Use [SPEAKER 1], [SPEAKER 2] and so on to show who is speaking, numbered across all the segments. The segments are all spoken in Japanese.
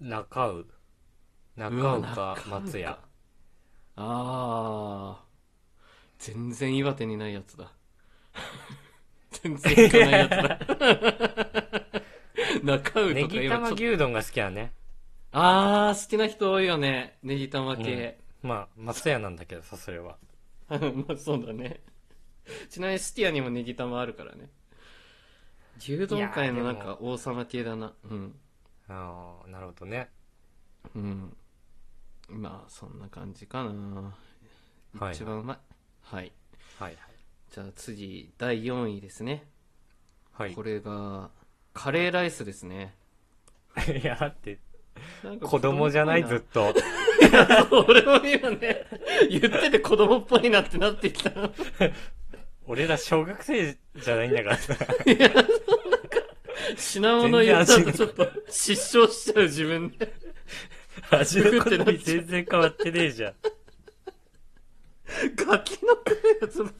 [SPEAKER 1] 中尾中岡松
[SPEAKER 2] 中
[SPEAKER 1] 也
[SPEAKER 2] 岡ああ全然岩手にないやつ だ全然行かないやつだ 中尾
[SPEAKER 1] ネ
[SPEAKER 2] とか
[SPEAKER 1] ギ
[SPEAKER 2] 今
[SPEAKER 1] 玉
[SPEAKER 2] ちょっと
[SPEAKER 1] 牛丼が好きやね
[SPEAKER 2] ああ好きな人多いよねネギ玉系、
[SPEAKER 1] まあ松屋なんだけどさそれは
[SPEAKER 2] まあそうだねちなみにスティアにもネギ玉あるからね牛丼界のなん
[SPEAKER 1] いや
[SPEAKER 2] か王様系だなうん
[SPEAKER 1] ああなるほどね
[SPEAKER 2] うんまあそんな感じかな
[SPEAKER 1] はい
[SPEAKER 2] 一番うまいはい
[SPEAKER 1] はい
[SPEAKER 2] じゃあ次第4位ですね
[SPEAKER 1] はい
[SPEAKER 2] これがカレーライスですね
[SPEAKER 1] はいいやだって
[SPEAKER 2] なんか
[SPEAKER 1] 子供じゃない
[SPEAKER 2] 子
[SPEAKER 1] ず
[SPEAKER 2] 供
[SPEAKER 1] っ
[SPEAKER 2] っ
[SPEAKER 1] と
[SPEAKER 2] ぽいな俺も今ね言ってて子供っぽいなってなってきたい
[SPEAKER 1] 俺ら小学生じゃないんだから さ
[SPEAKER 2] やなんか品物言った後ちょっと失笑しちゃう自分で
[SPEAKER 1] 味の好み全然変わってねえじゃん
[SPEAKER 2] ガキの食うや つも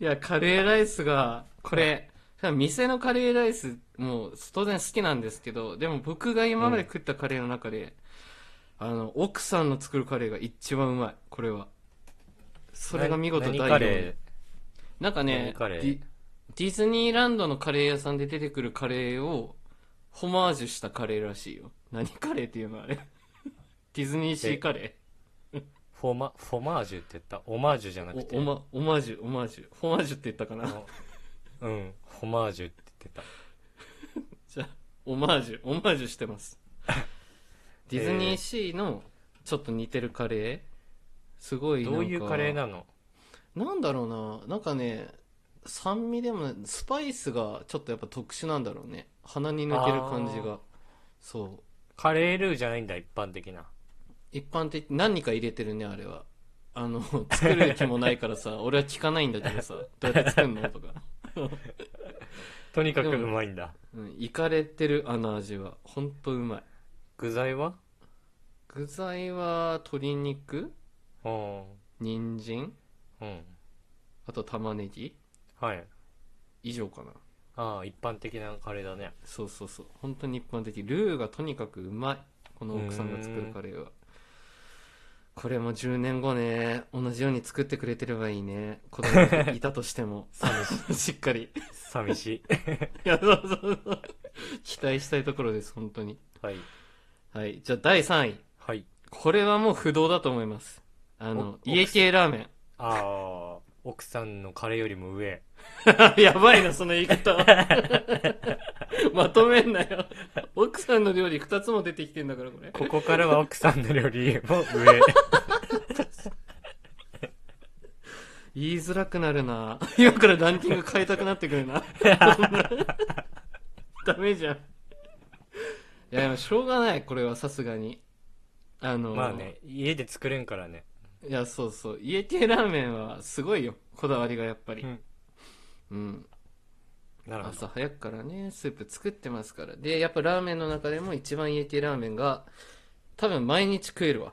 [SPEAKER 2] いや、カレーライスが、これ、店のカレーライス、もう当然好きなんですけど、でも僕が今まで食ったカレーの中で、あの、奥さんの作るカレーが一番うまい、これは。それが見事第
[SPEAKER 1] 何
[SPEAKER 2] 4
[SPEAKER 1] カ
[SPEAKER 2] 位
[SPEAKER 1] レ。
[SPEAKER 2] なんか
[SPEAKER 1] 何
[SPEAKER 2] ね
[SPEAKER 1] カレー
[SPEAKER 2] ディ、ディズニーランドのカレー屋さんで出てくるカレーを、ホマージュしたカレーらしいよ。何カレーっていうのあれディズニーシーカレー
[SPEAKER 1] ーフォマフォマージュって言ったオマージュじゃなくて
[SPEAKER 2] おおま、オマージュ、オマージュ。ホマージュって言ったかな
[SPEAKER 1] うんフォマージュって言ってた
[SPEAKER 2] じゃあオマージュ、オマージュして ます。ディズニーシーのちょっと似てるカレーすごいなんか
[SPEAKER 1] どういうカレーなの
[SPEAKER 2] なんだろうな。なんかね、酸味でもない、スパイスがちょっとやっぱ特殊なんだろうね。鼻に抜ける感じ
[SPEAKER 1] あー
[SPEAKER 2] が。そう。
[SPEAKER 1] カレールーじゃないんだ一般的な
[SPEAKER 2] 一般的、何か入れてるね、あれは。あの、 作る気もないか らさ、俺は聞かないんだけどさ、どうやって作るのとか。
[SPEAKER 1] とにかくうまいんだ
[SPEAKER 2] うん、いかれてるあの味は。ほんとうまい。
[SPEAKER 1] 具材は
[SPEAKER 2] 具材は鶏肉
[SPEAKER 1] うん
[SPEAKER 2] 人参
[SPEAKER 1] うん
[SPEAKER 2] あと玉ねぎ
[SPEAKER 1] はい
[SPEAKER 2] 以上かな
[SPEAKER 1] ああ一般的なカレーだね
[SPEAKER 2] そうそうそう本当に一般的ルーがとにかくうまいこの奥さんが作るカレーはこれも10年後ね同じように作ってくれてればいいね子供がいたとして もしっか り
[SPEAKER 1] 寂し い
[SPEAKER 2] いやそうそうそう期待したいところです本当に
[SPEAKER 1] はい
[SPEAKER 2] はいじゃあ第3位
[SPEAKER 1] はい
[SPEAKER 2] これはもう不動だと思いますあの
[SPEAKER 1] お
[SPEAKER 2] 家系ラーメン
[SPEAKER 1] ああ奥さんのカレーよりも上
[SPEAKER 2] やばいな、その言い方は。 まとめんなよ。奥さんの料理2つも出てきてんだから、これ。
[SPEAKER 1] ここからは奥さんのよりも 上
[SPEAKER 2] 言いづらくなるな。 今からランキング変えたくなってくるな。 ダメじゃん。いや、でもしょうがない、これはさすがに。あの、
[SPEAKER 1] まあね家で作れんからね
[SPEAKER 2] いや、そうそう。家系ラーメンはすごいよ。こだわりがやっぱり。
[SPEAKER 1] うん
[SPEAKER 2] うん
[SPEAKER 1] なるほど
[SPEAKER 2] 朝早くからねスープ作ってますからでやっぱラーメンの中でも一番家系ラーメンが多分毎日食えるわ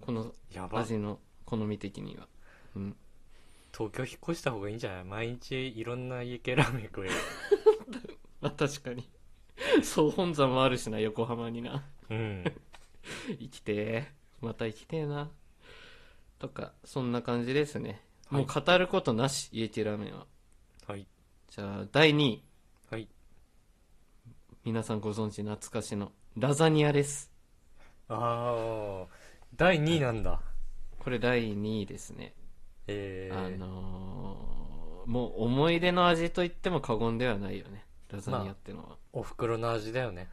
[SPEAKER 2] この
[SPEAKER 1] やば
[SPEAKER 2] 味の好み的には うん
[SPEAKER 1] 東京引っ越した方がいいんじゃない毎日いろんな家系ラーメン 食える
[SPEAKER 2] まあ確 かに総本山もあるしな横浜にな
[SPEAKER 1] うん
[SPEAKER 2] 生きてえまた生きてえなとかそんな感じですね、
[SPEAKER 1] はい
[SPEAKER 2] もう語ることなし家系ラーメンは
[SPEAKER 1] はい
[SPEAKER 2] じゃあ第2位
[SPEAKER 1] はい
[SPEAKER 2] 皆さんご存知懐かしのラザニアです
[SPEAKER 1] ああ第2位なんだ
[SPEAKER 2] これ第2位ですね
[SPEAKER 1] え
[SPEAKER 2] あ
[SPEAKER 1] ー、
[SPEAKER 2] のーもう思い出の味と言っても過言ではないよねラザニアってのは、
[SPEAKER 1] おふくろの味だよね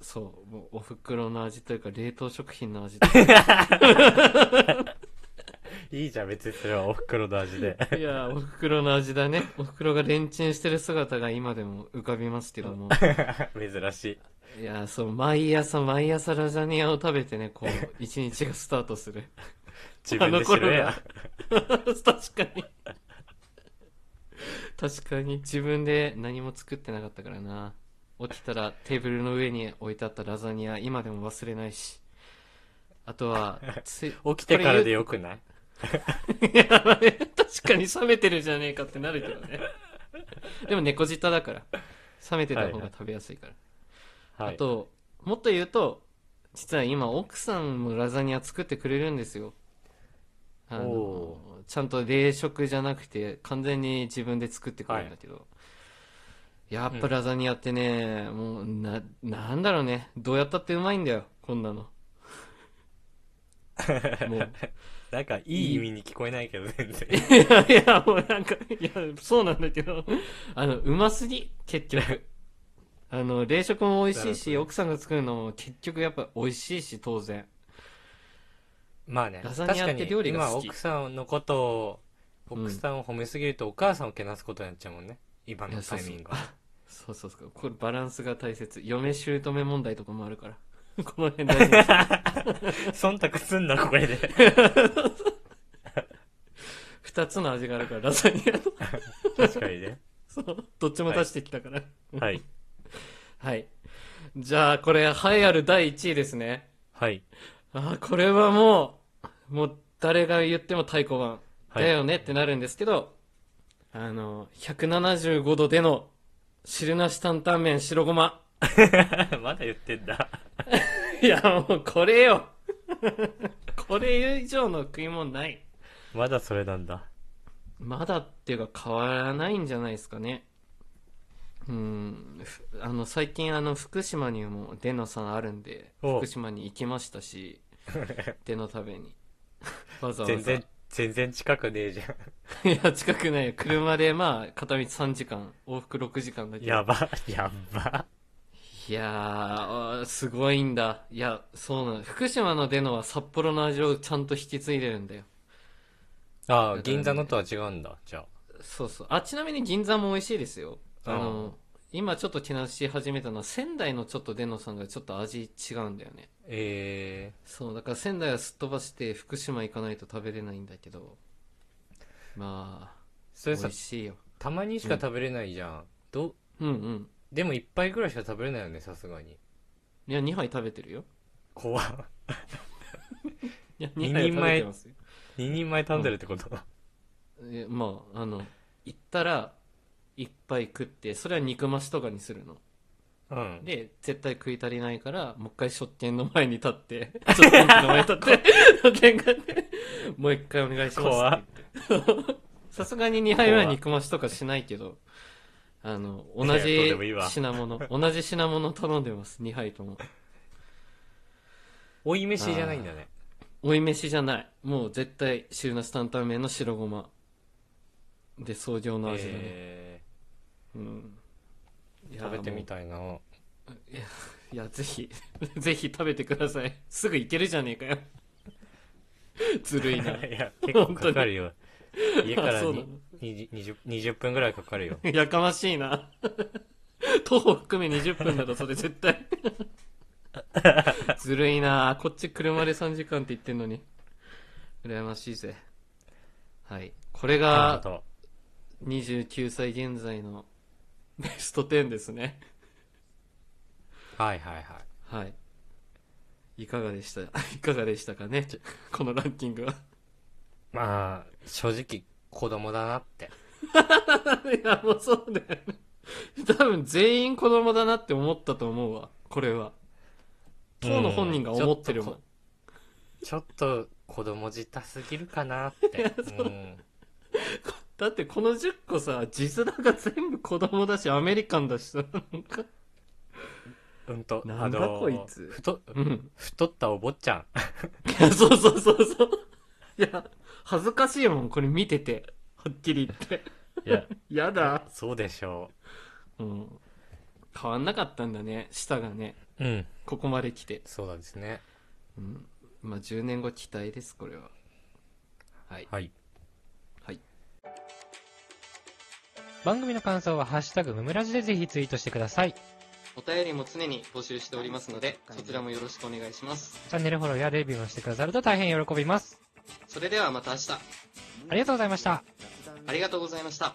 [SPEAKER 2] そうもうお袋の味というか冷凍食品の味という
[SPEAKER 1] いいじゃん別にそれはおふくろの味 で
[SPEAKER 2] かいやーお袋の味だねお袋がレンチンしてる姿が今でも浮かびますけど も
[SPEAKER 1] 珍しい
[SPEAKER 2] いやーそう毎朝毎朝ラザニアを食べてねこう一日がスタートする
[SPEAKER 1] 自分で知るや
[SPEAKER 2] 確かに確かに自分で何も作ってなかったからな起きたらテーブルの上に置いてあったラザニア今でも忘れないしあとはつい
[SPEAKER 1] 起きてからでよくない
[SPEAKER 2] いや確かに冷めてるじゃねえかってなるけどねでも猫舌だから冷めてた方が食べやすいから、
[SPEAKER 1] は
[SPEAKER 2] あ
[SPEAKER 1] い。
[SPEAKER 2] と、もっと言うと、実は今、奥さんもラザニア作ってくれるんですよ。あの
[SPEAKER 1] お、
[SPEAKER 2] ちゃんと冷食じゃなくて、完全に自分で作ってくれるんだけど。やっぱ
[SPEAKER 1] うん
[SPEAKER 2] ラザニアってね、もう、な、なんだろうね。どうやったってうまいんだよ、こん なの。もう。
[SPEAKER 1] なんかいい意味に聞こえないけど全然。
[SPEAKER 2] いや、いや、もうなんか、いや、そうなんだ けど、あの、うますぎ、結局。あの、冷食も美味しい
[SPEAKER 1] な
[SPEAKER 2] し、
[SPEAKER 1] るほどね
[SPEAKER 2] 奥さんが作るのも結局やっぱ美味しいし、当然。
[SPEAKER 1] まあね、
[SPEAKER 2] ラ
[SPEAKER 1] 確
[SPEAKER 2] ザニアっ
[SPEAKER 1] か
[SPEAKER 2] て
[SPEAKER 1] に
[SPEAKER 2] 料理が
[SPEAKER 1] 今
[SPEAKER 2] 好き
[SPEAKER 1] 奥さんのことを、
[SPEAKER 2] うん
[SPEAKER 1] 奥さんを褒めすぎるとお母さんをけなすことになっちゃうもんね。今
[SPEAKER 2] い
[SPEAKER 1] の
[SPEAKER 2] や
[SPEAKER 1] タ
[SPEAKER 2] そう
[SPEAKER 1] イ
[SPEAKER 2] そう
[SPEAKER 1] ミングは。
[SPEAKER 2] そうそうそう。これバランスが大切。嫁姑問題とかもあるから。 この辺大事です。
[SPEAKER 1] 忖度すんな、これで。
[SPEAKER 2] 二つの味があるから、ラザニアと。
[SPEAKER 1] 確かにね。
[SPEAKER 2] そう。どっちも出してきたから。
[SPEAKER 1] はい。
[SPEAKER 2] はい。じゃあ、これ、栄えある第1位ですね。
[SPEAKER 1] はい。
[SPEAKER 2] あーこれはもう、もう誰が言っても太鼓判
[SPEAKER 1] はい
[SPEAKER 2] だよねってなるんですけど、あの、175度での汁なし担々麺白ごま。
[SPEAKER 1] まだ言ってんだ。
[SPEAKER 2] いや、もうこれよ。 これ以上の食い物ない。
[SPEAKER 1] まだそれなんだ。
[SPEAKER 2] まだっていうか変わらないんじゃないですかね。うん、ふあの、最近あの、福島にもデノさんあるんで、
[SPEAKER 1] おう
[SPEAKER 2] 福島に行きまし たし、デノ食べに。 わざわざ。
[SPEAKER 1] 全然、全然近くねえじゃ
[SPEAKER 2] いや、近くないよ。車で、まあ、片道3時間、往復6時間だ
[SPEAKER 1] ん。
[SPEAKER 2] けど。
[SPEAKER 1] やば、やば。
[SPEAKER 2] いやー、すごいんだ。いや、そうなの。福島の出のは札幌の味をちゃんと引き継いでるんだよ。
[SPEAKER 1] あ
[SPEAKER 2] だから
[SPEAKER 1] あ、
[SPEAKER 2] ね
[SPEAKER 1] 銀座のとは違うんだ、じゃあ。
[SPEAKER 2] そうそう。あ、ちなみに銀座も美味しいですよ。あ
[SPEAKER 1] あ
[SPEAKER 2] の、今ちょっと気なし始めたのは、仙台のちょっと出のさんがちょっと味違うんだよね。
[SPEAKER 1] え
[SPEAKER 2] そう、だから仙台はすっ飛ばして、福島行かないと食べれないんだけど。まあ、
[SPEAKER 1] ー、そ
[SPEAKER 2] 美
[SPEAKER 1] れさ
[SPEAKER 2] 味、しいよ。
[SPEAKER 1] たまにしか食べれないじゃん。ど、
[SPEAKER 2] うんうん。
[SPEAKER 1] でも一杯ぐらいしか食べれないよね、さすがに。
[SPEAKER 2] いや、2杯食べてるよ。
[SPEAKER 1] 怖っ。
[SPEAKER 2] いや、
[SPEAKER 1] 二
[SPEAKER 2] 2
[SPEAKER 1] 人前
[SPEAKER 2] 杯食べてますよ。
[SPEAKER 1] 二人前頼んでるってこと、
[SPEAKER 2] えまああの行ったらいっぱい食ってそれは肉増しとかにするの
[SPEAKER 1] うん、
[SPEAKER 2] で絶対食い足りないからもう一回食券の前に立って 食券機の前に立って食券買って もう一回お願いしますって言ってさすがに2杯目は肉増しとかしないけどあの同
[SPEAKER 1] いやどう
[SPEAKER 2] じ
[SPEAKER 1] でもいいわ
[SPEAKER 2] 品物同じ品物頼んでます2杯とも
[SPEAKER 1] 追い飯じゃないんだね。
[SPEAKER 2] 追い飯じゃないもう絶対汁なし担々麺の白ごまで創業の味だね、
[SPEAKER 1] え
[SPEAKER 2] うんい
[SPEAKER 1] ー
[SPEAKER 2] や
[SPEAKER 1] 食べてみたいな。
[SPEAKER 2] いや、ぜひ、 ぜひ食べてください。すぐ行けるじゃねえかよ。ずるいな。
[SPEAKER 1] いや、結構かかるよ。家か
[SPEAKER 2] あ
[SPEAKER 1] ら
[SPEAKER 2] そうなの
[SPEAKER 1] にに20 20分ぐらいかかるよ。
[SPEAKER 2] やかましいな。徒歩含め20分だろ、それ絶対。ずるいな。こっち車で3時間って言ってんのに。羨ましいぜ。はい。これ
[SPEAKER 1] なる
[SPEAKER 2] が
[SPEAKER 1] ほど
[SPEAKER 2] 29歳現在のベスト10ですね。
[SPEAKER 1] はいはいはい。
[SPEAKER 2] はい。いかがでした いかがでしたかねこのランキングは。
[SPEAKER 1] まあ、正直、子供だなって。
[SPEAKER 2] いや、もうそうだよね。多分全員子供だなって思ったと思うわ、これは。当の本人が思ってるもん。
[SPEAKER 1] うんちょっと子供じたすぎるかな って。うん
[SPEAKER 2] だってこの10個さ、実名が全部子供だし、アメリカンだしさ、なんか。
[SPEAKER 1] うんと、
[SPEAKER 2] な
[SPEAKER 1] あ
[SPEAKER 2] んだ
[SPEAKER 1] の
[SPEAKER 2] こいつ
[SPEAKER 1] 太、
[SPEAKER 2] うん。
[SPEAKER 1] 太ったお坊ちゃん。
[SPEAKER 2] いや、そうそうそうそう。いや、恥ずかしいもん、これ見てて。はっきり言って。
[SPEAKER 1] いや、
[SPEAKER 2] やだ。
[SPEAKER 1] そうでしょ
[SPEAKER 2] うん。変わんなかったんだね、舌がね。
[SPEAKER 1] う。うん、
[SPEAKER 2] ここまで来て。
[SPEAKER 1] そうなんですね。
[SPEAKER 2] うん。まあ、10年後期待です、これは。はい。
[SPEAKER 1] はい。
[SPEAKER 2] はい。
[SPEAKER 3] 番組の感想は「ハッシュタグむむらじ」でぜひツイートしてくださいチ
[SPEAKER 2] お便りも常に募集しておりますので、そちらもよろしくお願いします。
[SPEAKER 3] ャンネルフォローやレビューもしてくださると大変喜びます
[SPEAKER 2] それではまた明日、
[SPEAKER 3] ありがとうございました
[SPEAKER 2] ありがとうございました。